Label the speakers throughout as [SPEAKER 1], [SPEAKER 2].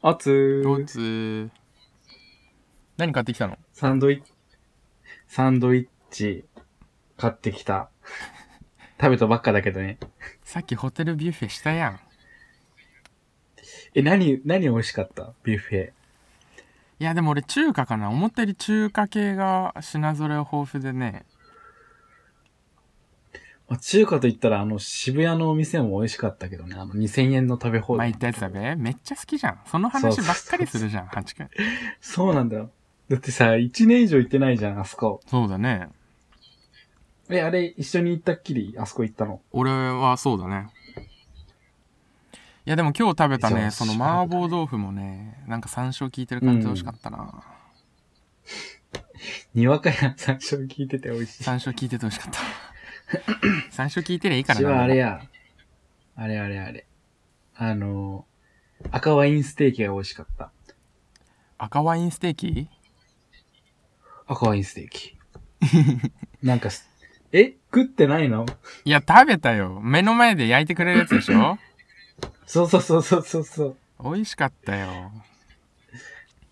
[SPEAKER 1] あつ
[SPEAKER 2] どっ
[SPEAKER 1] ー。
[SPEAKER 2] つ何買ってきたの
[SPEAKER 1] サンドイッチ、サンドイッチ、買ってきた。 食べたばっかだけどね。
[SPEAKER 2] さっきホテルビュッフェしたやん。
[SPEAKER 1] え、何、何美味しかったビュッフェ。
[SPEAKER 2] いやでも俺中華かな思ったより中華系が品揃え豊富でね
[SPEAKER 1] まあ中華と言ったら、あの、渋谷のお店も美味しかったけどね。あの、2000円の食べ放
[SPEAKER 2] 前
[SPEAKER 1] 題
[SPEAKER 2] 言っ。たやつだべめっちゃ好きじゃんその
[SPEAKER 1] そ
[SPEAKER 2] 話
[SPEAKER 1] うそうそう
[SPEAKER 2] ばっかりするじゃんハチ君
[SPEAKER 1] そうなんだよ。だってさ、1年以上行ってないじゃん、あそこ。
[SPEAKER 2] そうだね
[SPEAKER 1] え、あれ、一緒に行ったっきり、あそこ行ったの。
[SPEAKER 2] 俺はそうだねいやでも今日食べた
[SPEAKER 1] じゃ
[SPEAKER 2] ね
[SPEAKER 1] あ
[SPEAKER 2] その麻婆豆腐もねなんか山椒効いてる感じで美味しかったな、
[SPEAKER 1] にわかや山椒聞いてて美味しい。
[SPEAKER 2] 山椒効いてて美味しか った山椒効いてりゃいいから
[SPEAKER 1] 私
[SPEAKER 2] な
[SPEAKER 1] はあれや。あれあれあれ。あの、赤ワインステーキが美味しかった。
[SPEAKER 2] 赤ワインステーキ
[SPEAKER 1] 赤ワインステーキ。 なんかす、え食ってないの
[SPEAKER 2] いや食べたよ目の前で焼いてくれるやつでし ょ
[SPEAKER 1] そうそうそうそうそうそう。
[SPEAKER 2] 美味しかったよ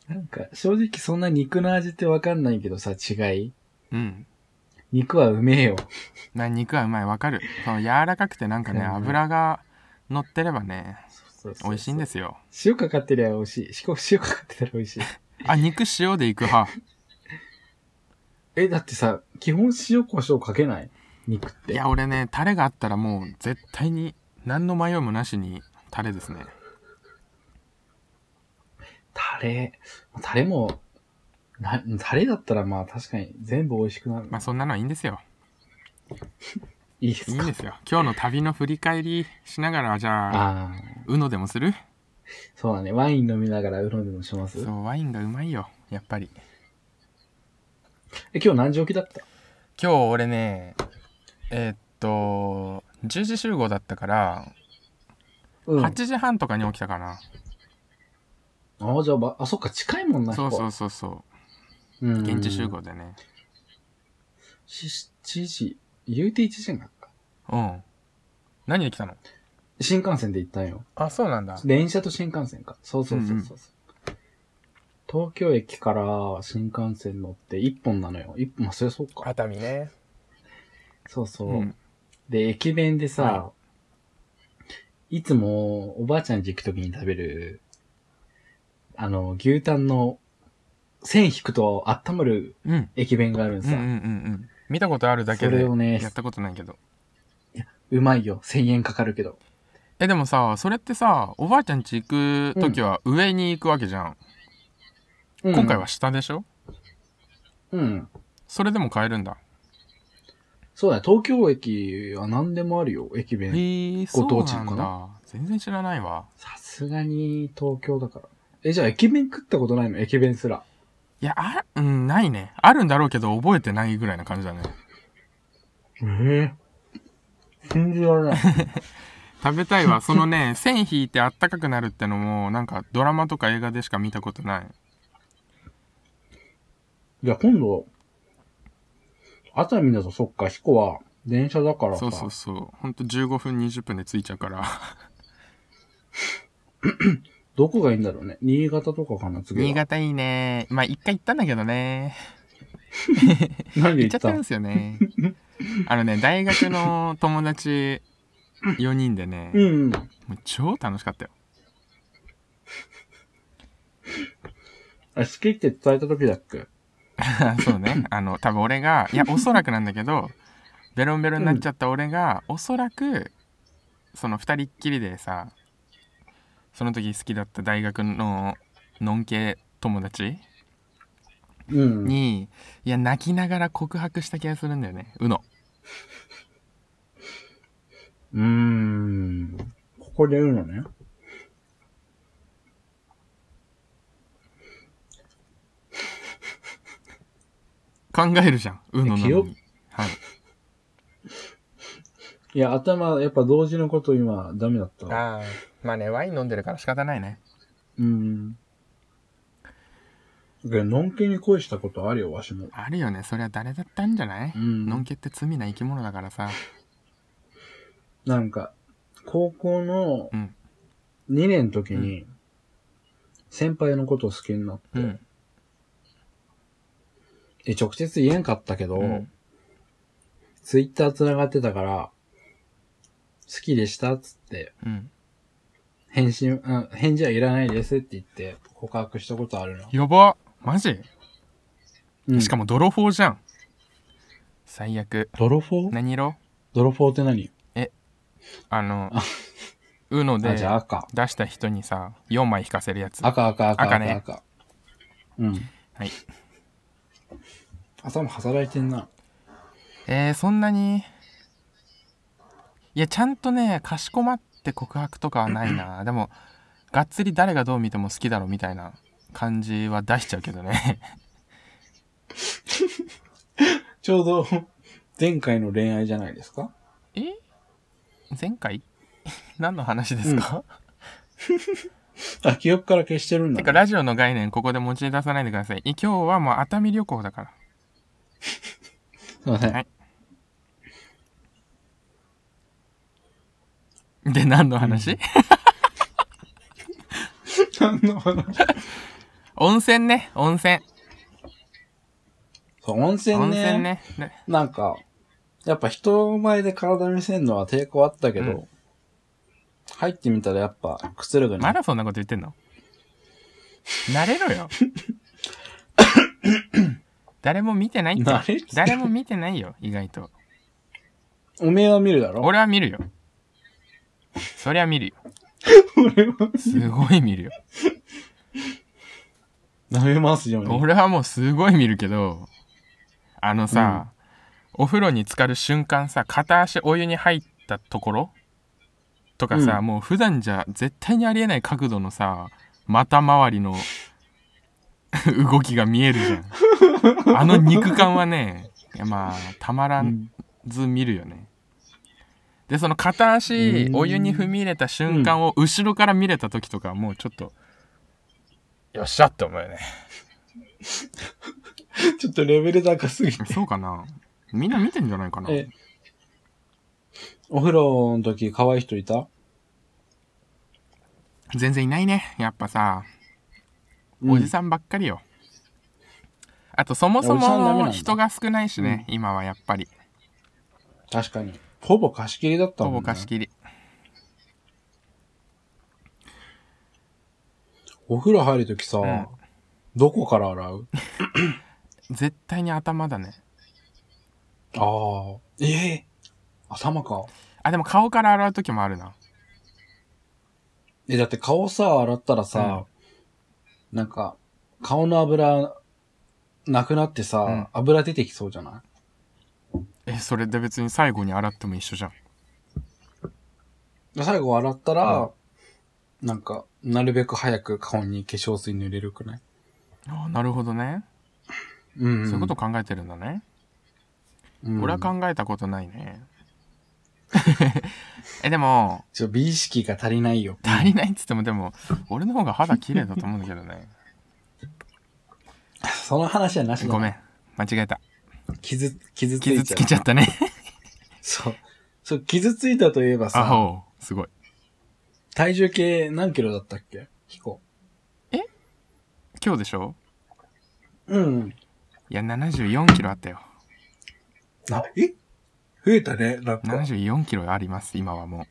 [SPEAKER 1] なんか、正直そんな肉の味ってわかんないけどさ、違い
[SPEAKER 2] うん
[SPEAKER 1] 肉はうめえよ。
[SPEAKER 2] まあ肉はうまいわかるその柔らかくてなんかね
[SPEAKER 1] うんうん
[SPEAKER 2] 油が乗ってればね
[SPEAKER 1] そうそうそう
[SPEAKER 2] 美味しいんですよ
[SPEAKER 1] 塩かかってりゃ美味しい。しかも 塩かかってたら美味しい。
[SPEAKER 2] あ肉塩でいく 派
[SPEAKER 1] え、だってさ、基本塩胡椒かけない肉っ
[SPEAKER 2] い
[SPEAKER 1] て。
[SPEAKER 2] や俺ねタレがあったらもう絶対に何の迷いもなしにタレですね
[SPEAKER 1] タレ、タレも、な、タレだったらまあ確かに全部美味しくなる。
[SPEAKER 2] まあそんなのはいいんですよ
[SPEAKER 1] いいです
[SPEAKER 2] いいん
[SPEAKER 1] か
[SPEAKER 2] ですよ今日の旅の振り返りしながらじゃあ
[SPEAKER 1] ああ、
[SPEAKER 2] うのでもする
[SPEAKER 1] そうだね。ワイン飲みながらうろんでもします
[SPEAKER 2] そうワインがうまいよやっぱり
[SPEAKER 1] え、今日何時起きだった
[SPEAKER 2] 今日俺ねえーっと10時集合だったから
[SPEAKER 1] うん。あ
[SPEAKER 2] 8時半とかに起きたかな、
[SPEAKER 1] あ、じゃあば、あ、そっか、近いもんな、
[SPEAKER 2] そうそう
[SPEAKER 1] う。
[SPEAKER 2] そうそう
[SPEAKER 1] うん。
[SPEAKER 2] 現地集。合でね
[SPEAKER 1] 7時、言うて1時間か。
[SPEAKER 2] うん何で来たの
[SPEAKER 1] 新幹線で行ったんよ。
[SPEAKER 2] あそうなんだ
[SPEAKER 1] 電車と新幹線か。そうそうそうそう。東京駅から新幹線乗って1本なのよ。1本、まあ、そりゃそうか。
[SPEAKER 2] 熱海ね
[SPEAKER 1] そうそう。
[SPEAKER 2] うん
[SPEAKER 1] で、駅弁でさ、、
[SPEAKER 2] はい
[SPEAKER 1] つもおばあちゃん家行くときに食べる、あの、牛タンの線引くと温まる
[SPEAKER 2] うん
[SPEAKER 1] 駅弁があるん
[SPEAKER 2] うん
[SPEAKER 1] さ。
[SPEAKER 2] う
[SPEAKER 1] うん
[SPEAKER 2] うんうん見たことあるだけ
[SPEAKER 1] それ
[SPEAKER 2] で
[SPEAKER 1] をね
[SPEAKER 2] やったことないけど
[SPEAKER 1] まいよ。1000円かかるけど。
[SPEAKER 2] えでもさそれってさおばあちゃん家行く時は上に行くわけじゃん、
[SPEAKER 1] うん
[SPEAKER 2] 今回は下でしょ
[SPEAKER 1] うん。
[SPEAKER 2] それでも買えるんだ
[SPEAKER 1] そうだね、東京駅は何でもあるよ、駅
[SPEAKER 2] へえ
[SPEAKER 1] 弁。
[SPEAKER 2] そ
[SPEAKER 1] ご
[SPEAKER 2] う
[SPEAKER 1] 当地
[SPEAKER 2] な
[SPEAKER 1] のか
[SPEAKER 2] んだ全然知らないわ
[SPEAKER 1] さすがに東京だから。え、じゃあ駅弁食ったことないの駅弁すら。
[SPEAKER 2] いやあうんないねあるんだろうけど覚えてないぐらいな感じだね
[SPEAKER 1] ええ信じられない。
[SPEAKER 2] 食べたいわそのね 線引いてあったかくなるってのもなんかドラマとか映画でしか見たことない
[SPEAKER 1] じゃあ今度、熱海だとそっか、彦は電車だからさ。
[SPEAKER 2] そうそうそうほんと15分20分で着いちゃうから
[SPEAKER 1] どこがいいんだろうね。新潟とかかな、次は。
[SPEAKER 2] 新潟いいねまあ一回行ったんだけどね
[SPEAKER 1] 何で
[SPEAKER 2] 行っ
[SPEAKER 1] 行
[SPEAKER 2] ちゃ
[SPEAKER 1] っ
[SPEAKER 2] って
[SPEAKER 1] た
[SPEAKER 2] るんですよね あのね大学の友達4人でね、
[SPEAKER 1] うんうん。
[SPEAKER 2] もう超楽しかったよ
[SPEAKER 1] あ、好きって伝えた時だっけ
[SPEAKER 2] そうねあの多分俺がいやおそらくなんだけどベロンベロンになっちゃった俺が、おそらくその2人っきりでさその時好きだった大学ののんけ友達
[SPEAKER 1] うん。
[SPEAKER 2] に、いや泣きながら告白した気がするんだよねうの
[SPEAKER 1] うーん。ここで言うのね。
[SPEAKER 2] 考えるじゃんうのな
[SPEAKER 1] 記
[SPEAKER 2] の
[SPEAKER 1] 憶
[SPEAKER 2] に、はい、
[SPEAKER 1] いや、頭、やっぱ同時のこと今、ダメだったわ。
[SPEAKER 2] ああまあねワイン飲んでるから仕方ないね
[SPEAKER 1] うん。だけど、のんけに恋したことあるよ、わしも。
[SPEAKER 2] あるよねそれは誰だったんじゃない、
[SPEAKER 1] うん。
[SPEAKER 2] のんけって罪な生き物だからさ
[SPEAKER 1] なんか、高校の
[SPEAKER 2] うん
[SPEAKER 1] 2年の時に、先輩のことを好きになって、
[SPEAKER 2] うん。
[SPEAKER 1] で、直接言えんかったけど、
[SPEAKER 2] うん
[SPEAKER 1] ツイッター繋がってたから、好きでしたっつって、
[SPEAKER 2] うん。
[SPEAKER 1] 返信、うん、返事はいらないですって言って、告白したことあるな。
[SPEAKER 2] やばマジ
[SPEAKER 1] うん、
[SPEAKER 2] しかも泥棒じゃん。最悪。
[SPEAKER 1] 泥棒
[SPEAKER 2] 何色
[SPEAKER 1] 泥棒って何
[SPEAKER 2] あの、うの
[SPEAKER 1] あ、
[SPEAKER 2] で
[SPEAKER 1] じゃあ赤。
[SPEAKER 2] 出した人にさ、4枚引かせるやつ。
[SPEAKER 1] 赤赤赤赤
[SPEAKER 2] 赤
[SPEAKER 1] 赤
[SPEAKER 2] ね
[SPEAKER 1] うん。
[SPEAKER 2] はい。
[SPEAKER 1] 朝も働いてんな。
[SPEAKER 2] えー、そんなにいやちゃんとねかしこまって告白とかはない なでもがっつり誰がどう見ても好きだろみたいな感じは出しちゃうけ どね
[SPEAKER 1] ちょうど、前回の恋愛じゃないですか
[SPEAKER 2] え前回 何の話ですか、
[SPEAKER 1] あ、記憶から消してるんだ、
[SPEAKER 2] てかラジオの概念ここで持ち出さないでくださいい今日はもう熱海旅行だから
[SPEAKER 1] すいません。
[SPEAKER 2] はいで何の話、
[SPEAKER 1] 何の話
[SPEAKER 2] 温泉ね温泉
[SPEAKER 1] そう、温泉ね。
[SPEAKER 2] 温泉ねね
[SPEAKER 1] なんか、やっぱ人前で体見せるのは抵抗あったけど、
[SPEAKER 2] うん
[SPEAKER 1] 入ってみたらやっぱくつろぐ
[SPEAKER 2] ま
[SPEAKER 1] ね。
[SPEAKER 2] だそんなこと言ってんの慣 れろよ。誰も見てないって
[SPEAKER 1] 慣れっつって
[SPEAKER 2] 誰も見てないよ、意外と。
[SPEAKER 1] おめえは見るだろ
[SPEAKER 2] 俺は見るよ。そりゃ見るよ。
[SPEAKER 1] 俺は
[SPEAKER 2] すごい見るよ。
[SPEAKER 1] 舐めますよね。
[SPEAKER 2] 俺はもうすごい見るけど、あのさ、お風呂に浸かる瞬間さ、片足お湯に入ったところとかさ、
[SPEAKER 1] う
[SPEAKER 2] もう普段じゃ絶対にありえない角度のさ、股周りの 動きが見えるじゃん。あの肉感はね、いやまあ、たまら
[SPEAKER 1] うん
[SPEAKER 2] ず見るよね。で、その片足
[SPEAKER 1] うん
[SPEAKER 2] お湯に踏み入れた瞬間を後ろから見れた時とか、もうちょっと、よっしゃって思うよね。
[SPEAKER 1] ちょっとレベル高すぎて。
[SPEAKER 2] そうかなみんな見てんじゃないかな
[SPEAKER 1] え、お風呂の時可愛い人いた
[SPEAKER 2] 全然いないねやっぱさおじさんばっかりよ、あとそも
[SPEAKER 1] いや
[SPEAKER 2] そ
[SPEAKER 1] おじさんダメなん
[SPEAKER 2] も
[SPEAKER 1] だ
[SPEAKER 2] 人が少ないしね、今はやっぱり
[SPEAKER 1] うん確かに。ほぼ貸し切りだったも
[SPEAKER 2] ほ
[SPEAKER 1] ん、ね。
[SPEAKER 2] ぼ貸し切り
[SPEAKER 1] お風呂入る時さ、
[SPEAKER 2] ん
[SPEAKER 1] どこから洗 う
[SPEAKER 2] 絶対に頭だね
[SPEAKER 1] ああ。ええ頭か。
[SPEAKER 2] あでも顔から洗う時もあるな
[SPEAKER 1] え、だって顔さ、洗ったらさ、なんか、顔の油、なくなってさ、
[SPEAKER 2] うん
[SPEAKER 1] 油出てきそうじゃない
[SPEAKER 2] えそれで別に最後に洗っても一緒じゃん
[SPEAKER 1] で最後洗ったら、なんか、なるべく早く顔に化粧水塗れるくない
[SPEAKER 2] あなるほどね、
[SPEAKER 1] うん、
[SPEAKER 2] そういうこと考えてるんだね、
[SPEAKER 1] うん
[SPEAKER 2] 俺は考えたことないね えでも
[SPEAKER 1] ちょ、美意識が足りないよ。
[SPEAKER 2] 足りないっつってもでも俺の方が肌綺麗だと思うんだけどね
[SPEAKER 1] その話はなしだな
[SPEAKER 2] ごめん間違えた
[SPEAKER 1] 傷、傷ついちゃ
[SPEAKER 2] 傷
[SPEAKER 1] う。
[SPEAKER 2] つけちゃったね
[SPEAKER 1] そう。そう、傷ついたといえば
[SPEAKER 2] あ
[SPEAKER 1] さ、
[SPEAKER 2] ほうすごい
[SPEAKER 1] 体重計何キロだったっけヒコ。
[SPEAKER 2] 今日でしょ
[SPEAKER 1] うん。
[SPEAKER 2] いや74キロあったよ
[SPEAKER 1] な、え増えたね、なんか。
[SPEAKER 2] 74キロあります今はも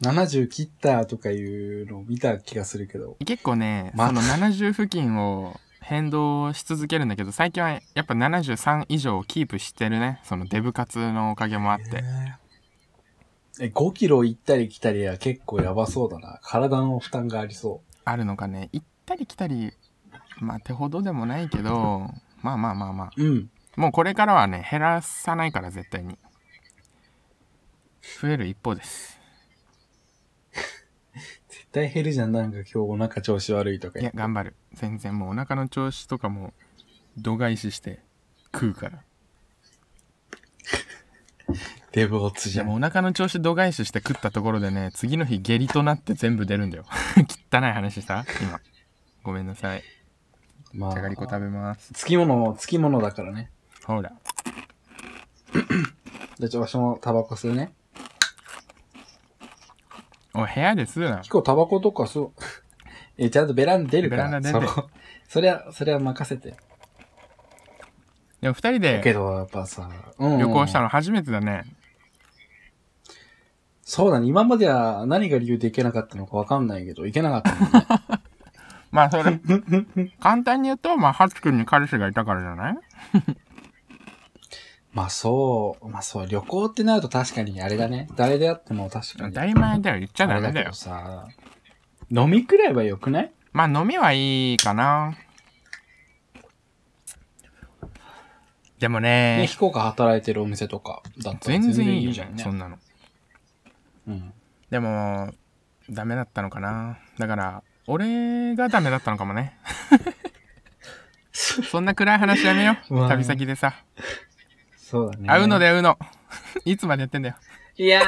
[SPEAKER 1] 70切ったとかいうのを見た気がするけど。
[SPEAKER 2] う結構ね、
[SPEAKER 1] まあ
[SPEAKER 2] その70付近を変動し続けるんだけど最近はやっぱ73以上をキープしてるねそのデブ活のおかげもあって
[SPEAKER 1] え、5キロ行ったり来たりは結構やばそうだな。体の負担がありそ
[SPEAKER 2] あるのかね行ったり来たりまあ手ほどでもないけどまあまあまあま
[SPEAKER 1] う。うん。
[SPEAKER 2] あもうこれからはね減らさないから絶対に増える一方です
[SPEAKER 1] 絶対減るじゃん。なんか今日お腹調子悪いとか言
[SPEAKER 2] い
[SPEAKER 1] っ
[SPEAKER 2] や
[SPEAKER 1] て。
[SPEAKER 2] 頑張る全然もうお腹の調子とかも度外視して食うから
[SPEAKER 1] デブオツ
[SPEAKER 2] い
[SPEAKER 1] じゃ
[SPEAKER 2] や
[SPEAKER 1] ん。
[SPEAKER 2] もうお腹の調子度外視して食ったところでね次の日下痢となって全部出るんだよ 汚い話した今ごめんなさい
[SPEAKER 1] ま
[SPEAKER 2] じゃがりこ食べます
[SPEAKER 1] つきもの、つきものだからね。
[SPEAKER 2] ほら
[SPEAKER 1] じゃあちょ、私もタバコ吸うね。
[SPEAKER 2] お部屋ですな
[SPEAKER 1] 結構タバコとか吸う。 え、ちゃんとベランダ出るから。
[SPEAKER 2] ベランダ出て
[SPEAKER 1] そこそれは、それは任せて。
[SPEAKER 2] でも2人
[SPEAKER 1] け
[SPEAKER 2] で
[SPEAKER 1] ど、やっぱさ、うん
[SPEAKER 2] 旅行したの初めてだね。
[SPEAKER 1] そうだね。今までは何が理由で行けなかったのかわかんないけど、行けなかったもんね。
[SPEAKER 2] まあそ れ、簡単に言うと、まあ、ハチ君に彼氏がいたからじゃない
[SPEAKER 1] まあそう、まあそう、旅行ってなると確かにあれだね。誰であっても確か
[SPEAKER 2] 当
[SPEAKER 1] に。
[SPEAKER 2] たり前だよ、言っちゃ
[SPEAKER 1] あ
[SPEAKER 2] ダ
[SPEAKER 1] れ
[SPEAKER 2] メ
[SPEAKER 1] だ
[SPEAKER 2] だ
[SPEAKER 1] け
[SPEAKER 2] よ
[SPEAKER 1] ど。さ、飲みくらいは良くない
[SPEAKER 2] まあ飲みはいいかな。でも
[SPEAKER 1] ね、
[SPEAKER 2] ね、
[SPEAKER 1] 飛行機働いてるお店とかだったら
[SPEAKER 2] 全然いいよ、
[SPEAKER 1] じゃんね
[SPEAKER 2] そ。んなの。
[SPEAKER 1] うん。
[SPEAKER 2] でも、ダメだったのかな。だから、俺がダメだったのかも ね。そんな暗い話やめよ
[SPEAKER 1] うわ
[SPEAKER 2] う。
[SPEAKER 1] ー
[SPEAKER 2] 旅先でさ。
[SPEAKER 1] そうだね。
[SPEAKER 2] 会うので会うの。 いつまでやってんだよ。
[SPEAKER 1] いや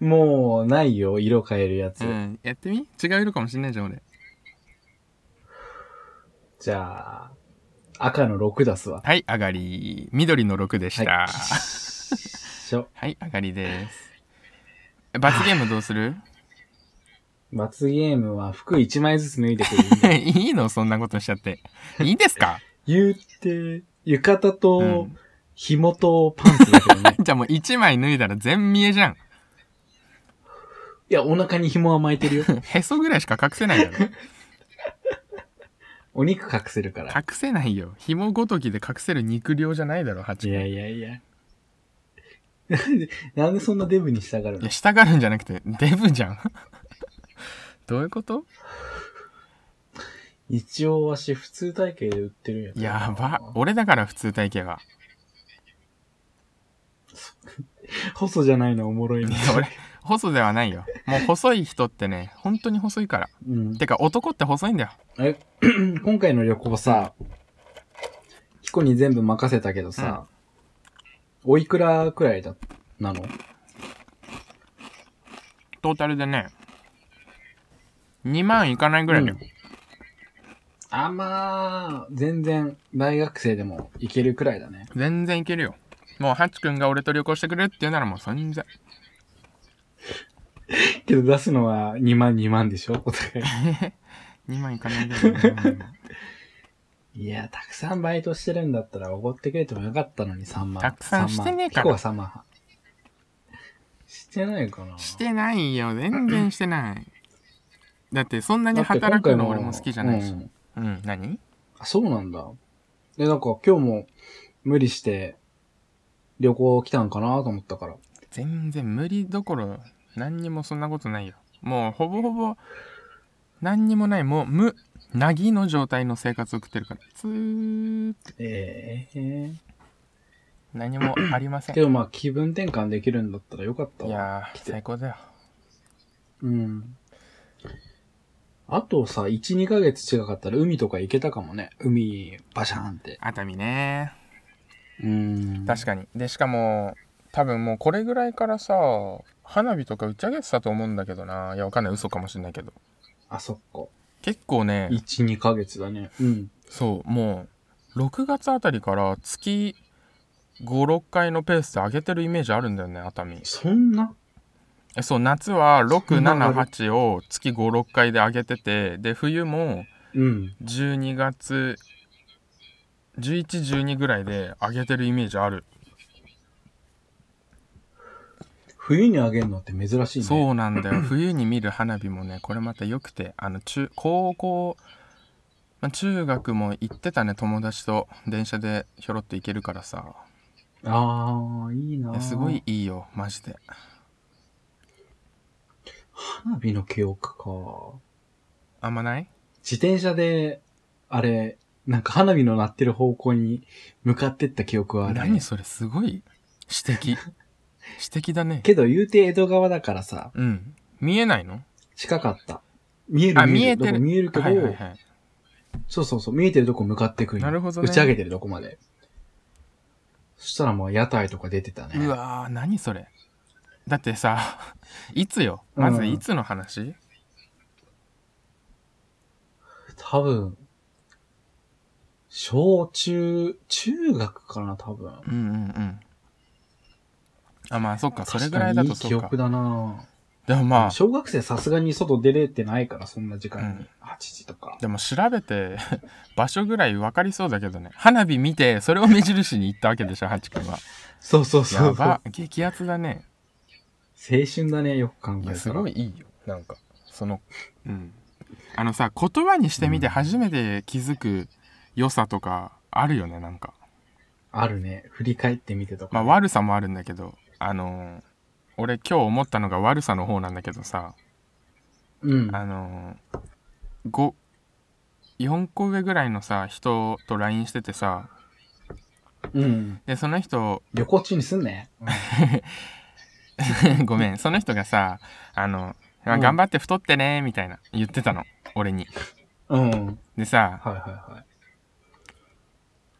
[SPEAKER 1] ー もう、ないよ、色変えるやつ。
[SPEAKER 2] うん。やってみ違う色かもしんないじゃん、俺。
[SPEAKER 1] じゃあ、赤の6出 すわ。
[SPEAKER 2] はい、上がり。緑の6でした。はい、
[SPEAKER 1] しょ。
[SPEAKER 2] 上がりです。え罰ゲームどうする
[SPEAKER 1] 罰ゲームは服1枚ずつ脱いでく る。
[SPEAKER 2] いいのそんなことしちゃって。いいですか
[SPEAKER 1] 言って、浴衣
[SPEAKER 2] う
[SPEAKER 1] と
[SPEAKER 2] ん、
[SPEAKER 1] 紐とパンツだけどね。
[SPEAKER 2] じゃあもう1枚脱いだら全見えじゃん。
[SPEAKER 1] いや、お腹に紐は巻いてる よ。
[SPEAKER 2] へそぐらいしか隠せないだろ。
[SPEAKER 1] お肉隠せるから。
[SPEAKER 2] 隠せないよ。紐ごときで隠せる肉量じゃないだろ、ハ
[SPEAKER 1] い
[SPEAKER 2] チ
[SPEAKER 1] や
[SPEAKER 2] 君。
[SPEAKER 1] いやいや。 なんで、なんでそんなデブにしたがる
[SPEAKER 2] い
[SPEAKER 1] の
[SPEAKER 2] や、したがるんじゃなくて、デブじゃん。どういうこと
[SPEAKER 1] 一応わし、普通体型で売ってるやつ。
[SPEAKER 2] やば。俺だから普通体型は。
[SPEAKER 1] 細じゃないのおもろい
[SPEAKER 2] い
[SPEAKER 1] ね
[SPEAKER 2] や。俺、細ではないよ。もう細い人ってね、本当に細いから。
[SPEAKER 1] うん。
[SPEAKER 2] てか、男って細いんだよ。
[SPEAKER 1] え、 今回の旅行さ、ヒコに全部任せたけどさ、おいくらくらいだ、なの
[SPEAKER 2] トータルでね、2万いかないぐらいだよ。
[SPEAKER 1] あんまあ、全然大学生でも行けるくらいだね。
[SPEAKER 2] 全然いけるよ。もう、ハチ君が俺と旅行してくれるって言うならもう 存在。
[SPEAKER 1] けど出すのは2万2万でしょお互い。
[SPEAKER 2] 2万いかないぐらいだよ。
[SPEAKER 1] いや、たくさんバイトしてるんだったら奢ってくれてもよかったのに3万。
[SPEAKER 2] たくさんしてねえから
[SPEAKER 1] 3万ヒコは3万。してないかな
[SPEAKER 2] してないよ全然してないだってそんなに
[SPEAKER 1] だって
[SPEAKER 2] 働く
[SPEAKER 1] 今回
[SPEAKER 2] の
[SPEAKER 1] も
[SPEAKER 2] 俺も好きじゃないし
[SPEAKER 1] う
[SPEAKER 2] うんん、何
[SPEAKER 1] あ、そうなんだ。で、なんか今日も無理して旅行来たんかなと思ったから。
[SPEAKER 2] 全然無理どころ何にもそんなことないよもうほぼほぼ何にもないもう無なぎの状態の生活を送ってるからずーっと
[SPEAKER 1] ええ
[SPEAKER 2] 何もありません
[SPEAKER 1] けどまあ気分転換できるんだったらよかったわ
[SPEAKER 2] いや
[SPEAKER 1] 来
[SPEAKER 2] ー
[SPEAKER 1] て
[SPEAKER 2] 最。高だよ
[SPEAKER 1] うん。あとさ、1、2ヶ月違かったら海とか行けたかもね。海、バシャーンって。
[SPEAKER 2] 熱海ね
[SPEAKER 1] うん。
[SPEAKER 2] 確かにでしかも多分もうこれぐらいからさ花火とか打ち上げてたと思うんだけどないやわかんない嘘かもしんないけど
[SPEAKER 1] あ、そっか。
[SPEAKER 2] 結構ね
[SPEAKER 1] 1、2ヶ月だね。うん。
[SPEAKER 2] そうもう6月あたりから月56回のペースで上げてるイメージあるんだよね熱海
[SPEAKER 1] そんな
[SPEAKER 2] えそう夏は
[SPEAKER 1] そんな上がる
[SPEAKER 2] 678を月56回で上げててで冬も
[SPEAKER 1] うん。
[SPEAKER 2] 12月1112ぐらいで上げてるイメージある、
[SPEAKER 1] 冬にあげるのって珍しいね。
[SPEAKER 2] そうなんだよ 冬に見る花火もねこれまた良くてあの中高校、まあ、中学も行ってたね友達と電車でひょろっと行けるからさ
[SPEAKER 1] ああ、いいない
[SPEAKER 2] や
[SPEAKER 1] ー
[SPEAKER 2] すごい。いいよマジで
[SPEAKER 1] 花火の記憶か。
[SPEAKER 2] あんまない
[SPEAKER 1] 自転車で、あれ、なんか花火の鳴ってる方向に向かってった記憶はあるね、
[SPEAKER 2] 何それすごい 指摘指摘だね
[SPEAKER 1] けど言うて江戸川だからさ、
[SPEAKER 2] うん見えないの
[SPEAKER 1] 近かった。見える
[SPEAKER 2] あ
[SPEAKER 1] 見
[SPEAKER 2] 見
[SPEAKER 1] え
[SPEAKER 2] え
[SPEAKER 1] る。
[SPEAKER 2] て
[SPEAKER 1] どこ
[SPEAKER 2] る
[SPEAKER 1] 見えるけど、
[SPEAKER 2] はいはいはい
[SPEAKER 1] そうそうそう、見えてるとこ向かってくんよ
[SPEAKER 2] なるほどね
[SPEAKER 1] 打ち上げてるとこまで。そしたらもう屋台とか出てたね。
[SPEAKER 2] うわー何それだってさ いつよま
[SPEAKER 1] う
[SPEAKER 2] ず
[SPEAKER 1] ん
[SPEAKER 2] いつの話、
[SPEAKER 1] 多分、小中、中学かな、多分。
[SPEAKER 2] うんうんうんあまあそっかそれ
[SPEAKER 1] 確
[SPEAKER 2] ぐら
[SPEAKER 1] か
[SPEAKER 2] いだ
[SPEAKER 1] にい
[SPEAKER 2] と
[SPEAKER 1] い
[SPEAKER 2] そ
[SPEAKER 1] 記
[SPEAKER 2] うか
[SPEAKER 1] 憶だな
[SPEAKER 2] でもまあ
[SPEAKER 1] 小学生さすがに外出れてないから、そんな時間に。
[SPEAKER 2] うん
[SPEAKER 1] 8時とか。
[SPEAKER 2] でも調べて 場所ぐらい分かりそうだけどね花火見てそれを目印に行ったわけでしょハチ君は
[SPEAKER 1] そうそうそう。
[SPEAKER 2] やば激アツだね
[SPEAKER 1] 青春だね、よく考え
[SPEAKER 2] い
[SPEAKER 1] た
[SPEAKER 2] や
[SPEAKER 1] ら。
[SPEAKER 2] すごいいいよなんかそのうんあのさ言葉にしてみて初めて気づく良さとかあるよねなんか
[SPEAKER 1] あるね。振り返ってみてとか。
[SPEAKER 2] まあ悪さもあるんだけどあのー俺今日思ったのが悪さの方なんだけどさ
[SPEAKER 1] うん。
[SPEAKER 2] あのー、54個上ぐらいのさ人と LINE しててさ
[SPEAKER 1] うん。
[SPEAKER 2] でその人
[SPEAKER 1] 旅行中にすんね。
[SPEAKER 2] ごめんその人がさあの、まあ
[SPEAKER 1] うん
[SPEAKER 2] 頑張って太ってねみたいな言ってたの俺に
[SPEAKER 1] うん。
[SPEAKER 2] でさ
[SPEAKER 1] はいはいはい。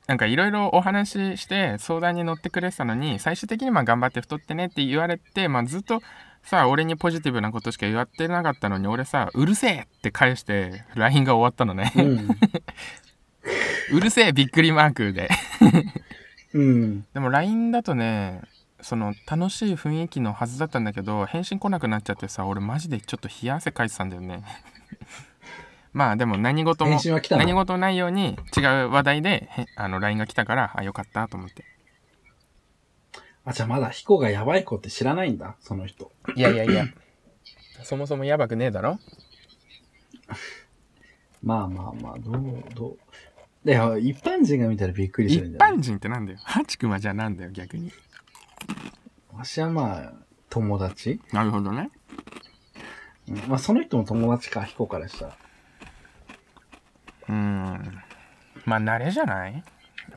[SPEAKER 2] なんかいろいろお話しして相談に乗ってくれてたのに最終的にまあ頑張って太ってねって言われて、まあ、ずっとさ俺にポジティブなことしか言われてなかったのに俺さ「うるせえ!」って返して LINE が終わったのね
[SPEAKER 1] うん。
[SPEAKER 2] 「 うるせえ!」びっくりマークで
[SPEAKER 1] うん。
[SPEAKER 2] でも LINE だとねその楽しい雰囲気のはずだったんだけど返信来なくなっちゃってさ俺マジでちょっと冷や汗かいてたんだよね まあでも何事も
[SPEAKER 1] 返信は来た
[SPEAKER 2] 何
[SPEAKER 1] の
[SPEAKER 2] 事もないように違う話題でへあの LINE が来たからあよかったと思って
[SPEAKER 1] あ、じゃあまだヒコがやばい子って知らないんだ、その人。
[SPEAKER 2] いやいやいや そもそもやばくねえだろ
[SPEAKER 1] まあまあまあ、どう、どう。で、一般人が見たらびっくりす
[SPEAKER 2] 一
[SPEAKER 1] るんじゃない
[SPEAKER 2] 般人ってなんだよハチ君はじゃあなんだよ逆に
[SPEAKER 1] わしはまあ、友達、
[SPEAKER 2] なるほどね
[SPEAKER 1] うんまあその人も友達か、ヒコからしたら。
[SPEAKER 2] うーんまあ慣れじゃない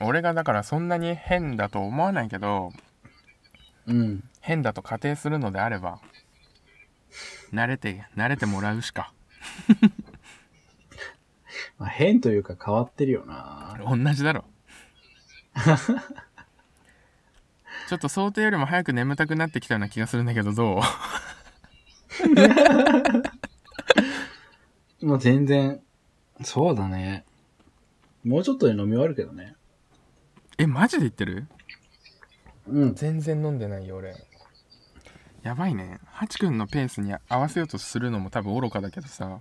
[SPEAKER 2] 俺がだからそんなに変だと思わないけど
[SPEAKER 1] うん。
[SPEAKER 2] 変だと仮定するのであれば慣れて慣れてもらうしか
[SPEAKER 1] まあ変というか変わってるよな。
[SPEAKER 2] 同じだろちょっと想定よりも早く眠たくなってきたような気がするんだけどどう
[SPEAKER 1] まあ全然、そうだね。もうちょっとで飲み終わるけどね。
[SPEAKER 2] えマジで言ってる
[SPEAKER 1] うん。
[SPEAKER 2] 全然飲んでないよ俺やばいねハチくんのペースに合わせようとするのも多分愚かだけどさ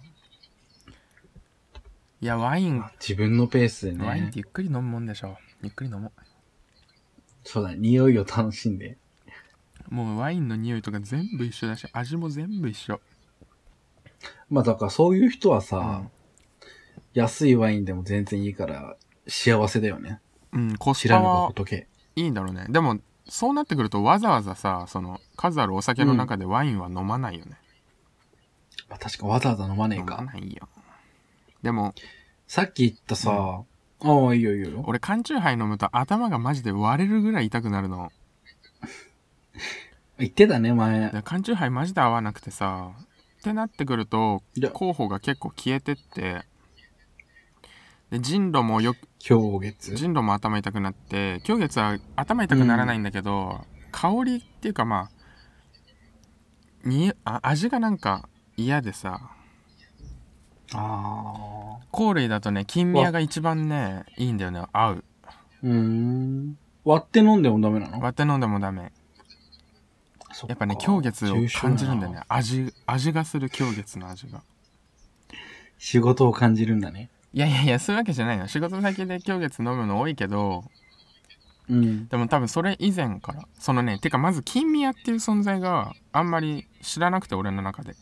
[SPEAKER 2] いやワイン、
[SPEAKER 1] 自分のペースで
[SPEAKER 2] ワインっ
[SPEAKER 1] ね
[SPEAKER 2] て。ゆっくり飲むもんでしょゆっくり飲も
[SPEAKER 1] そうだね。匂いを楽しんで。
[SPEAKER 2] うもうワインの匂いとか全部一緒だし味も全部一緒
[SPEAKER 1] まあだからそういう人は
[SPEAKER 2] う
[SPEAKER 1] さ
[SPEAKER 2] ん、
[SPEAKER 1] 安いワインでも全然いいから幸せだよね。
[SPEAKER 2] うんコス
[SPEAKER 1] 知ら
[SPEAKER 2] パ
[SPEAKER 1] ぬが
[SPEAKER 2] は
[SPEAKER 1] 仏。
[SPEAKER 2] いいんだろうねでもそうなってくるとわざわざさその数あるお酒の中でワインは飲まないよね、
[SPEAKER 1] まあ確かわざわざ飲まねえ
[SPEAKER 2] 飲ま
[SPEAKER 1] か。
[SPEAKER 2] ないよでも
[SPEAKER 1] さっき言ったさ、ああ、いいよいいよ。
[SPEAKER 2] 俺缶チューハイ飲むと頭がマジで割れるぐらい痛くなるの
[SPEAKER 1] 言ってたね、前。
[SPEAKER 2] で缶チューハイマジで合わなくてさってなってくると
[SPEAKER 1] いや
[SPEAKER 2] 候補が結構消えてってで人路もよく
[SPEAKER 1] 今月。
[SPEAKER 2] 人路も頭痛くなって今月は頭痛くならないんだけど、香りっていうかまあにあ味がなんか嫌でさ
[SPEAKER 1] ああ。
[SPEAKER 2] 香類だとね金宮が一番ねいいんだよね合う
[SPEAKER 1] うーん。割って飲んでもダメなの
[SPEAKER 2] 割って飲んでもダメ
[SPEAKER 1] そ
[SPEAKER 2] やっぱね
[SPEAKER 1] か
[SPEAKER 2] 狂月を感じるんだよね。味味がする狂月の味が
[SPEAKER 1] 仕事を感じるんだね。
[SPEAKER 2] いやいやいやそういうわけじゃないの仕事先で狂月飲むの多いけど
[SPEAKER 1] うん。
[SPEAKER 2] でも多分それ以前からそのねてかまず金宮っていう存在があんまり知らなくて俺の中で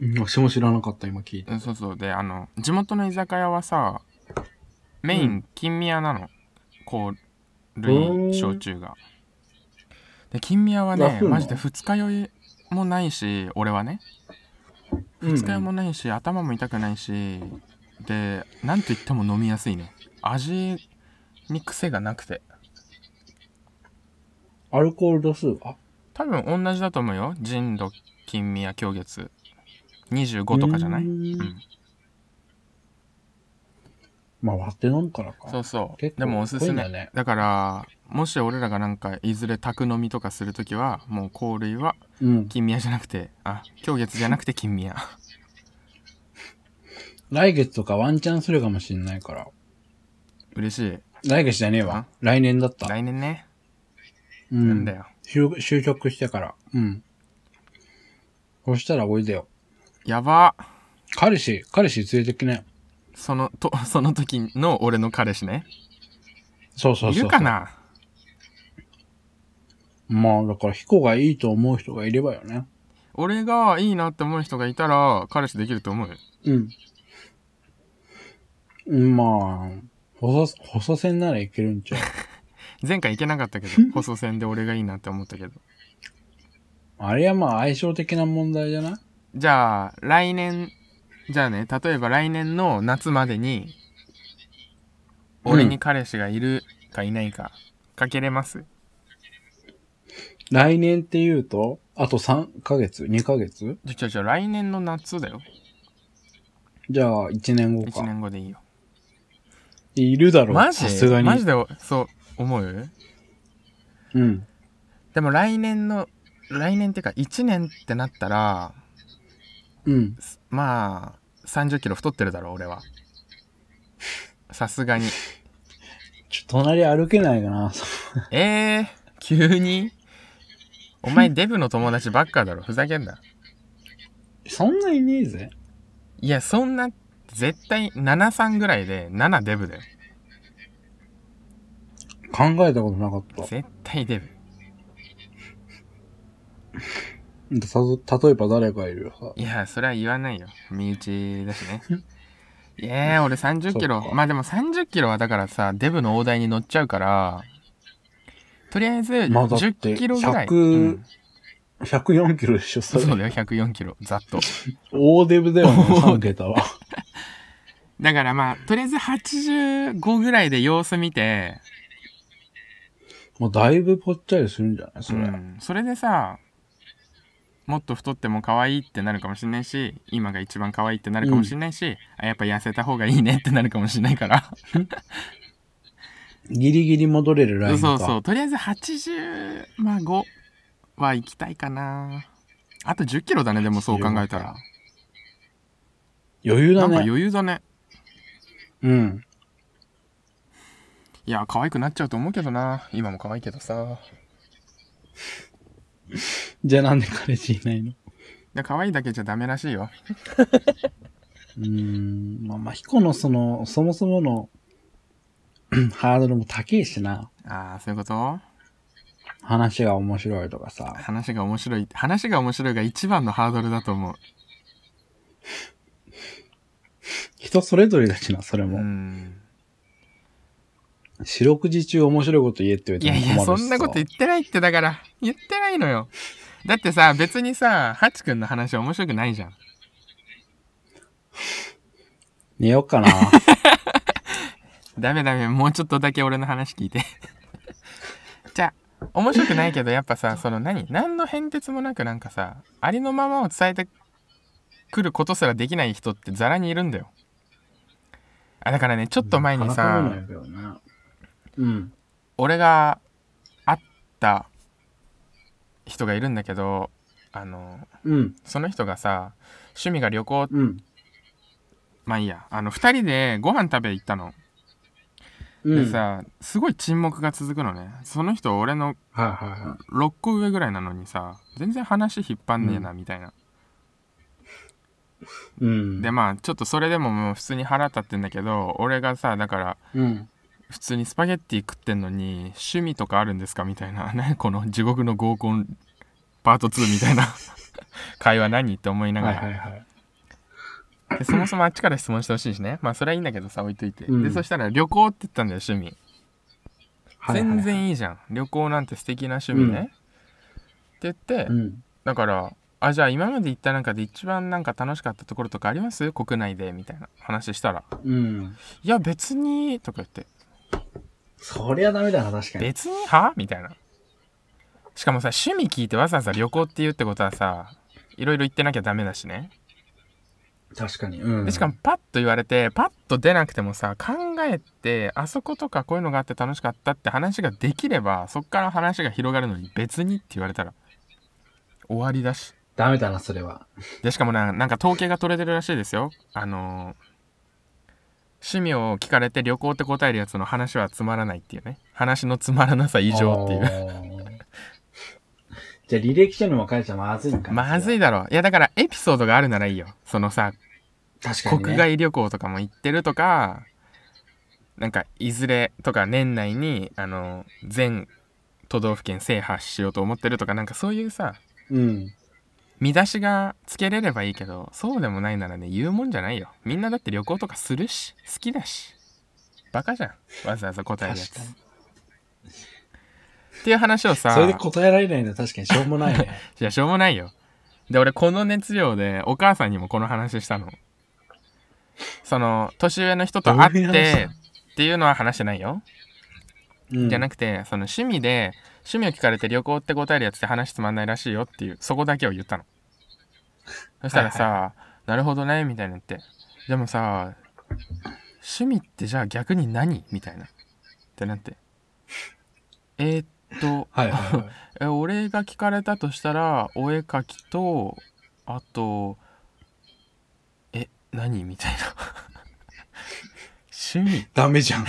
[SPEAKER 1] うん私も知らなかった、今聞いて。
[SPEAKER 2] うんそうそうであの地元の居酒屋はさメイ
[SPEAKER 1] う
[SPEAKER 2] ン金宮なの、こう類焼酎がで金宮は
[SPEAKER 1] 安
[SPEAKER 2] ね
[SPEAKER 1] いの
[SPEAKER 2] マジで二日酔いもないし俺はね二日酔いもないし、頭も痛くないしでなんといっても飲みやすいね味に癖がなくて
[SPEAKER 1] うんアルコール度数が
[SPEAKER 2] 多分同じだと思うよ人度金宮狂月25とかじゃないう
[SPEAKER 1] ーん
[SPEAKER 2] うん
[SPEAKER 1] まあ割って飲むからか。
[SPEAKER 2] そうそう
[SPEAKER 1] 結構
[SPEAKER 2] でもおすす
[SPEAKER 1] 濃いん
[SPEAKER 2] め
[SPEAKER 1] だ
[SPEAKER 2] だ,、
[SPEAKER 1] ね
[SPEAKER 2] からもし俺らがなんかいずれ宅飲みとかするときはもう香類は
[SPEAKER 1] うん。
[SPEAKER 2] 金宮じゃなくてあ今日月じゃなくて金宮
[SPEAKER 1] 来月とかワンチャンするかもしんないから。
[SPEAKER 2] 嬉しい
[SPEAKER 1] 来月じゃねえわ
[SPEAKER 2] あ。
[SPEAKER 1] 来年だった。
[SPEAKER 2] 来年ね、
[SPEAKER 1] う
[SPEAKER 2] なん
[SPEAKER 1] ん
[SPEAKER 2] だ。よ
[SPEAKER 1] 就就職してから。うん。そしたらおいでよ。
[SPEAKER 2] やば
[SPEAKER 1] 彼氏、彼氏連れてきね。
[SPEAKER 2] そのと その時の俺の彼氏ね
[SPEAKER 1] そうそうそう
[SPEAKER 2] い
[SPEAKER 1] そう。
[SPEAKER 2] るかな
[SPEAKER 1] まあ、だから、ヒコがいいと思う人がいればよね。
[SPEAKER 2] 俺がいいなって思う人がいたら彼氏できると思うよ
[SPEAKER 1] うん。まあ、細、細線ならいけるんちゃう。
[SPEAKER 2] 前回行けなかったけ ど細線で俺がいいなって思ったけど
[SPEAKER 1] あれはまあ、相性的な問題じゃない
[SPEAKER 2] じゃあ来年じゃあね例えば来年の夏までに
[SPEAKER 1] うん
[SPEAKER 2] 俺に彼氏がいるかいないかかけれます、
[SPEAKER 1] 来年って言うと、あと3ヶ月 ?2 ヶ月
[SPEAKER 2] じゃじゃじゃ来年の夏だよ
[SPEAKER 1] じゃあ、1年後
[SPEAKER 2] 1
[SPEAKER 1] か。
[SPEAKER 2] 年後でいいよ
[SPEAKER 1] いるだろう。
[SPEAKER 2] マジ
[SPEAKER 1] さすがに。
[SPEAKER 2] マジでそう思う
[SPEAKER 1] うん。
[SPEAKER 2] でも来年の来年っていうか1年ってなったら
[SPEAKER 1] うん。
[SPEAKER 2] すまあ3 0キロ太ってるだろ俺はさす がに
[SPEAKER 1] ちょ、隣歩けないかな。
[SPEAKER 2] えー、急にお前デブの友達ばっかだろふざけんな
[SPEAKER 1] そんないねえぜ。
[SPEAKER 2] いやそんな絶対73ぐらいで7デブだよ
[SPEAKER 1] 考えたことなかった。
[SPEAKER 2] 絶対デブ
[SPEAKER 1] でさぞ例えば誰かいるよさ。
[SPEAKER 2] いやそれは言わないよ身内だし ねいやー俺3 0キロ
[SPEAKER 1] そっか
[SPEAKER 2] まあでも3 0キロはだからさデブの大台に乗っちゃうからとりあえず1
[SPEAKER 1] まあだって
[SPEAKER 2] 0キロぐらい、
[SPEAKER 1] 100
[SPEAKER 2] うん
[SPEAKER 1] 104キロでしょ、そ
[SPEAKER 2] そう
[SPEAKER 1] れ。
[SPEAKER 2] だよ104キロざっと
[SPEAKER 1] 大デブだよ、ね、
[SPEAKER 2] 大
[SPEAKER 1] 3桁は。
[SPEAKER 2] だからまあとりあえず85ぐらいで様子見て
[SPEAKER 1] もうだいぶぽっちゃりするんじゃないそれ。
[SPEAKER 2] うんそれでさもっと太っても可愛いってなるかもしれないし今が一番可愛いってなるかもしれないし、あやっぱ痩せた方がいいねってなるかもしれないから
[SPEAKER 1] ギリギリ戻れるラインか。
[SPEAKER 2] そうそうとりあえず85、まあ、5は行きたいかなあと1 0キロだねでもそう考えたら、
[SPEAKER 1] 余裕
[SPEAKER 2] な
[SPEAKER 1] だ
[SPEAKER 2] んか
[SPEAKER 1] ね。
[SPEAKER 2] 余裕だね
[SPEAKER 1] うん。
[SPEAKER 2] いや可愛くなっちゃうと思うけどな今も可愛いけどさ
[SPEAKER 1] じゃあなんで彼氏いないの
[SPEAKER 2] で可愛いだけじゃダメらしいよ
[SPEAKER 1] うーん。まあまあ、彦のその、そもそもの、 ハードルも高いしな。
[SPEAKER 2] ああそういうこと
[SPEAKER 1] 話が面白いとかさ。
[SPEAKER 2] 話が面白い話が面白いが一番のハードルだと思う
[SPEAKER 1] 人それぞれだしな、それ
[SPEAKER 2] う
[SPEAKER 1] も。
[SPEAKER 2] ん
[SPEAKER 1] 四六時中面白いこと言えって言
[SPEAKER 2] い
[SPEAKER 1] われ
[SPEAKER 2] やい
[SPEAKER 1] ても困
[SPEAKER 2] やそ
[SPEAKER 1] るしさ。
[SPEAKER 2] んなこと言ってないってだから言ってないのよだってさ別にさハチくんの話面白くないじゃん
[SPEAKER 1] 寝ようかな。
[SPEAKER 2] ダメダメもうちょっとだけ俺の話聞いて じゃあ面白くないけどやっぱさその何何の変哲もなくなんかさありのままを伝えてくることすらできない人ってザラにいるんだよあだからねちょっと前にさ、
[SPEAKER 1] 話さないけどなうん。
[SPEAKER 2] 俺が会った人がいるんだけどあの
[SPEAKER 1] うん。
[SPEAKER 2] その人がさ趣味が旅行
[SPEAKER 1] うん。
[SPEAKER 2] まあいいやあの2人でご飯食べ行ったの、
[SPEAKER 1] うん。
[SPEAKER 2] でさすごい沈黙が続くのねその人俺の
[SPEAKER 1] はいはいはい。
[SPEAKER 2] 6個上ぐらいなのにさ全然話引っ張んねえなみたいな、
[SPEAKER 1] うん。
[SPEAKER 2] でまあちょっとそれでももう普通に腹立ってんだけど俺がさだから
[SPEAKER 1] うん。
[SPEAKER 2] 普通にスパゲッティ食ってんのに趣味とかあるんですかみたいな ねこの地獄の合コンパート2みたいな 会話何って思いなが
[SPEAKER 1] はい
[SPEAKER 2] ら、
[SPEAKER 1] はいはい。
[SPEAKER 2] でそもそもあっちから質問してほしいしねまあそれはいいんだけどさ置いといて、
[SPEAKER 1] うん
[SPEAKER 2] でそしたら旅行って言ったんだよ趣味
[SPEAKER 1] はいはいはい
[SPEAKER 2] 全。然いいじゃん旅行なんて素敵な趣味ね、
[SPEAKER 1] うん
[SPEAKER 2] って言って、
[SPEAKER 1] うん。
[SPEAKER 2] だからあじゃあ今まで行った中で一番なんか楽しかったところとかあります国内でみたいな話したら「
[SPEAKER 1] うん。
[SPEAKER 2] いや別に」とか言って
[SPEAKER 1] そりゃダメだな、確
[SPEAKER 2] 「
[SPEAKER 1] かに。
[SPEAKER 2] 別には?」みたいなしかもさ趣味聞いてわざわざ旅行って言うってことはさいろいろ行ってなきゃダメだしね
[SPEAKER 1] 確かに。うん。
[SPEAKER 2] でしかもパッと言われてパッと出なくてもさ考えてあそことかこういうのがあって楽しかったって話ができればそっから話が広がるのに「別に」って言われたら終わりだし
[SPEAKER 1] ダメだな、それは。
[SPEAKER 2] でしかもななんか統計が取れてるらしいですよあのー趣味を聞かれて旅行って答えるやつの話はつまらないっていうね話のつまらなさ以上っていう
[SPEAKER 1] あー。 じゃあ履歴書にも書いちゃまずいんかな。
[SPEAKER 2] まず
[SPEAKER 1] い。
[SPEAKER 2] いだろいやだからエピソードがあるならいいよそのさ
[SPEAKER 1] 確かに、ね。
[SPEAKER 2] 国外旅行とかも行ってるとかなんかいずれとか年内にあの全都道府県制覇しようと思ってるとかなんかそういうさ
[SPEAKER 1] うん。
[SPEAKER 2] 見出しがつけれればいいけどそうでもないならね言うもんじゃないよみんなだって旅行とかするし好きだしバカじゃんわざわざ答えるや
[SPEAKER 1] 確
[SPEAKER 2] つ
[SPEAKER 1] かに。
[SPEAKER 2] っていう話をさ
[SPEAKER 1] それで答えられないのは確かにしょうもないね。
[SPEAKER 2] いやしょうもないよで俺この熱量でお母さんにもこの話したのその年上の人と
[SPEAKER 1] どうい
[SPEAKER 2] 会
[SPEAKER 1] う
[SPEAKER 2] っ
[SPEAKER 1] 話
[SPEAKER 2] て
[SPEAKER 1] なの
[SPEAKER 2] っていうのは話してないよ
[SPEAKER 1] うん。
[SPEAKER 2] じゃな
[SPEAKER 1] く
[SPEAKER 2] くてその趣味で趣味を聞かれて旅行って答えるやつって話つまんないらしいよっていうそこだけを言ったのそしたらさ、なるほどねみたいになってでもさ趣味ってじゃあ逆に何みたいなってなってえー、っと
[SPEAKER 1] はいはいはい。
[SPEAKER 2] え俺が聞かれたとしたらお絵描きとあとえ何みたいな趣味
[SPEAKER 1] ダメじゃん。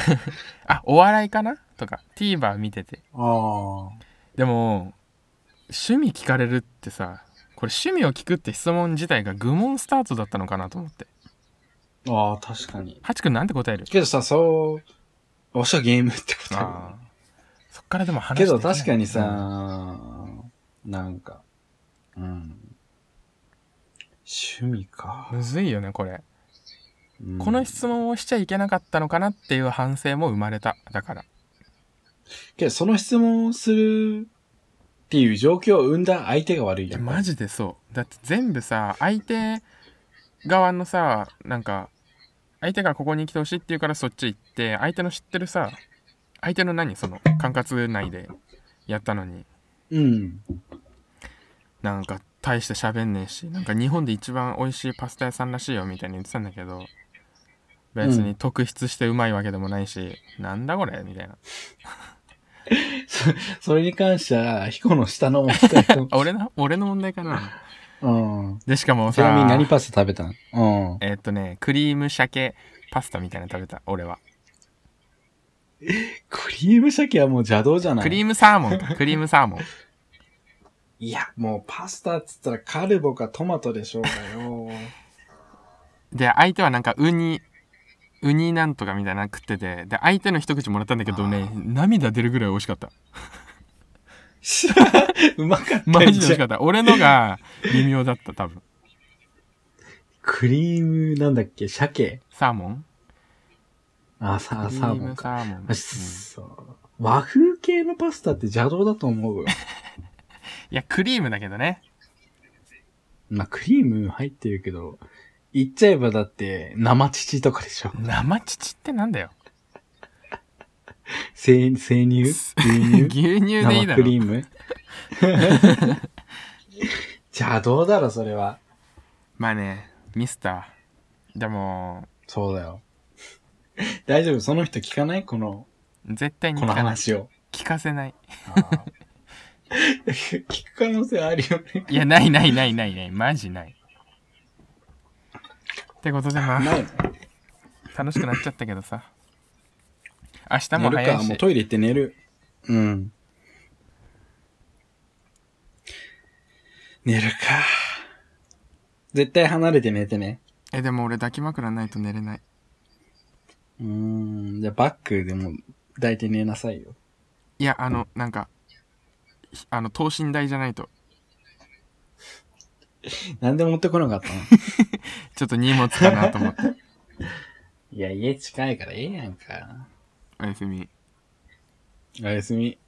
[SPEAKER 1] あ
[SPEAKER 2] あお笑いかなとか TVer 見てて
[SPEAKER 1] あ。
[SPEAKER 2] でも趣味聞かれるってさこれ趣味を聞くって質問自体が愚問スタートだったのかなと思って
[SPEAKER 1] ああ、確かに。
[SPEAKER 2] ハチ君なんて答える
[SPEAKER 1] けどさ、そう、わしはゲームってことだよね
[SPEAKER 2] あーそっからでも話
[SPEAKER 1] け
[SPEAKER 2] して
[SPEAKER 1] ど
[SPEAKER 2] いけない
[SPEAKER 1] 確かにさ、なんか、うん。趣味か
[SPEAKER 2] う。んむずいよねこれ
[SPEAKER 1] うん
[SPEAKER 2] この質問をしちゃいけなかったのかなっていう反省も生まれただから
[SPEAKER 1] けど、その質問をするっていう状況を生んだ相手が悪い
[SPEAKER 2] い
[SPEAKER 1] や
[SPEAKER 2] や
[SPEAKER 1] ん。
[SPEAKER 2] マジでそうだって全部さ相手側のさなんか相手がここに来てほしいって言うからそっち行って相手の知ってるさ相手の何その管轄内でやったのに
[SPEAKER 1] うん。
[SPEAKER 2] なんか大して喋んねえしなんか日本で一番美味しいパスタ屋さんらしいよみたいに言ってたんだけど別に特筆してうまいわけでもないし、なんだこれみたいな
[SPEAKER 1] それに関しては、彦の下の問題
[SPEAKER 2] 。
[SPEAKER 1] と
[SPEAKER 2] あ俺の俺の問題かな
[SPEAKER 1] うん。
[SPEAKER 2] でしかも
[SPEAKER 1] ちなみ
[SPEAKER 2] さ
[SPEAKER 1] に何パスタ食べたんうん。
[SPEAKER 2] えっとねクリーム鮭パスタみたいなの食べた俺は
[SPEAKER 1] クリーム鮭はもう邪道じゃない
[SPEAKER 2] クリームサーモンかクリームサーモン
[SPEAKER 1] いや、もうパスタっつったらカルボかトマトでしょうかよ。
[SPEAKER 2] で相手はなんかウニウニなんとかみたいなの食っててで相手の一口もらったんだけどね涙出るぐらい美味しかった
[SPEAKER 1] うまかった
[SPEAKER 2] マジで美
[SPEAKER 1] ん
[SPEAKER 2] 味
[SPEAKER 1] じ
[SPEAKER 2] し
[SPEAKER 1] ゃ
[SPEAKER 2] か
[SPEAKER 1] ん。
[SPEAKER 2] った俺のが微妙だった多分
[SPEAKER 1] クリーム、なんだっけ、鮭
[SPEAKER 2] サーモン
[SPEAKER 1] あ、さ、
[SPEAKER 2] クリ
[SPEAKER 1] サー
[SPEAKER 2] ー
[SPEAKER 1] モン
[SPEAKER 2] ムサ
[SPEAKER 1] か。
[SPEAKER 2] ーモン、
[SPEAKER 1] あ
[SPEAKER 2] うん
[SPEAKER 1] そう和風系のパスタって邪道だと思うよ。
[SPEAKER 2] いやクリームだけどね
[SPEAKER 1] まあ、クリーム入ってるけど、言っちゃえばだって、生乳とかでしょ。
[SPEAKER 2] 生乳ってなんだよ
[SPEAKER 1] 生、生乳牛
[SPEAKER 2] 牛
[SPEAKER 1] 乳
[SPEAKER 2] 乳でいい
[SPEAKER 1] 生
[SPEAKER 2] だ
[SPEAKER 1] ク
[SPEAKER 2] ろ
[SPEAKER 1] リーム 邪道だろ、それは。
[SPEAKER 2] まあねミスターでも
[SPEAKER 1] そうだよ。大丈夫その人聞かないこの、
[SPEAKER 2] 絶対に
[SPEAKER 1] こ
[SPEAKER 2] 聞
[SPEAKER 1] の
[SPEAKER 2] かない
[SPEAKER 1] 話を。
[SPEAKER 2] 聞かせない
[SPEAKER 1] あー聞く可能性あるよね。
[SPEAKER 2] いやないないないないないマジないってことでまあ
[SPEAKER 1] ない
[SPEAKER 2] 楽しくなっちゃったけどさ明日
[SPEAKER 1] 寝
[SPEAKER 2] も
[SPEAKER 1] る
[SPEAKER 2] 早
[SPEAKER 1] か、
[SPEAKER 2] い
[SPEAKER 1] もう
[SPEAKER 2] し
[SPEAKER 1] トイレ行って寝る。うん。寝るか。絶対離れて寝てね。
[SPEAKER 2] えでも俺抱き枕ないと寝れないう
[SPEAKER 1] ーん。じゃあバックでも抱いて寝なさいよ。
[SPEAKER 2] いやあのなんかひあの等身大じゃないと
[SPEAKER 1] なんで持ってこなかったの
[SPEAKER 2] ちょっと荷物かなと思って
[SPEAKER 1] いや、家近いからええやんか。
[SPEAKER 2] おやすみ
[SPEAKER 1] おやすみ。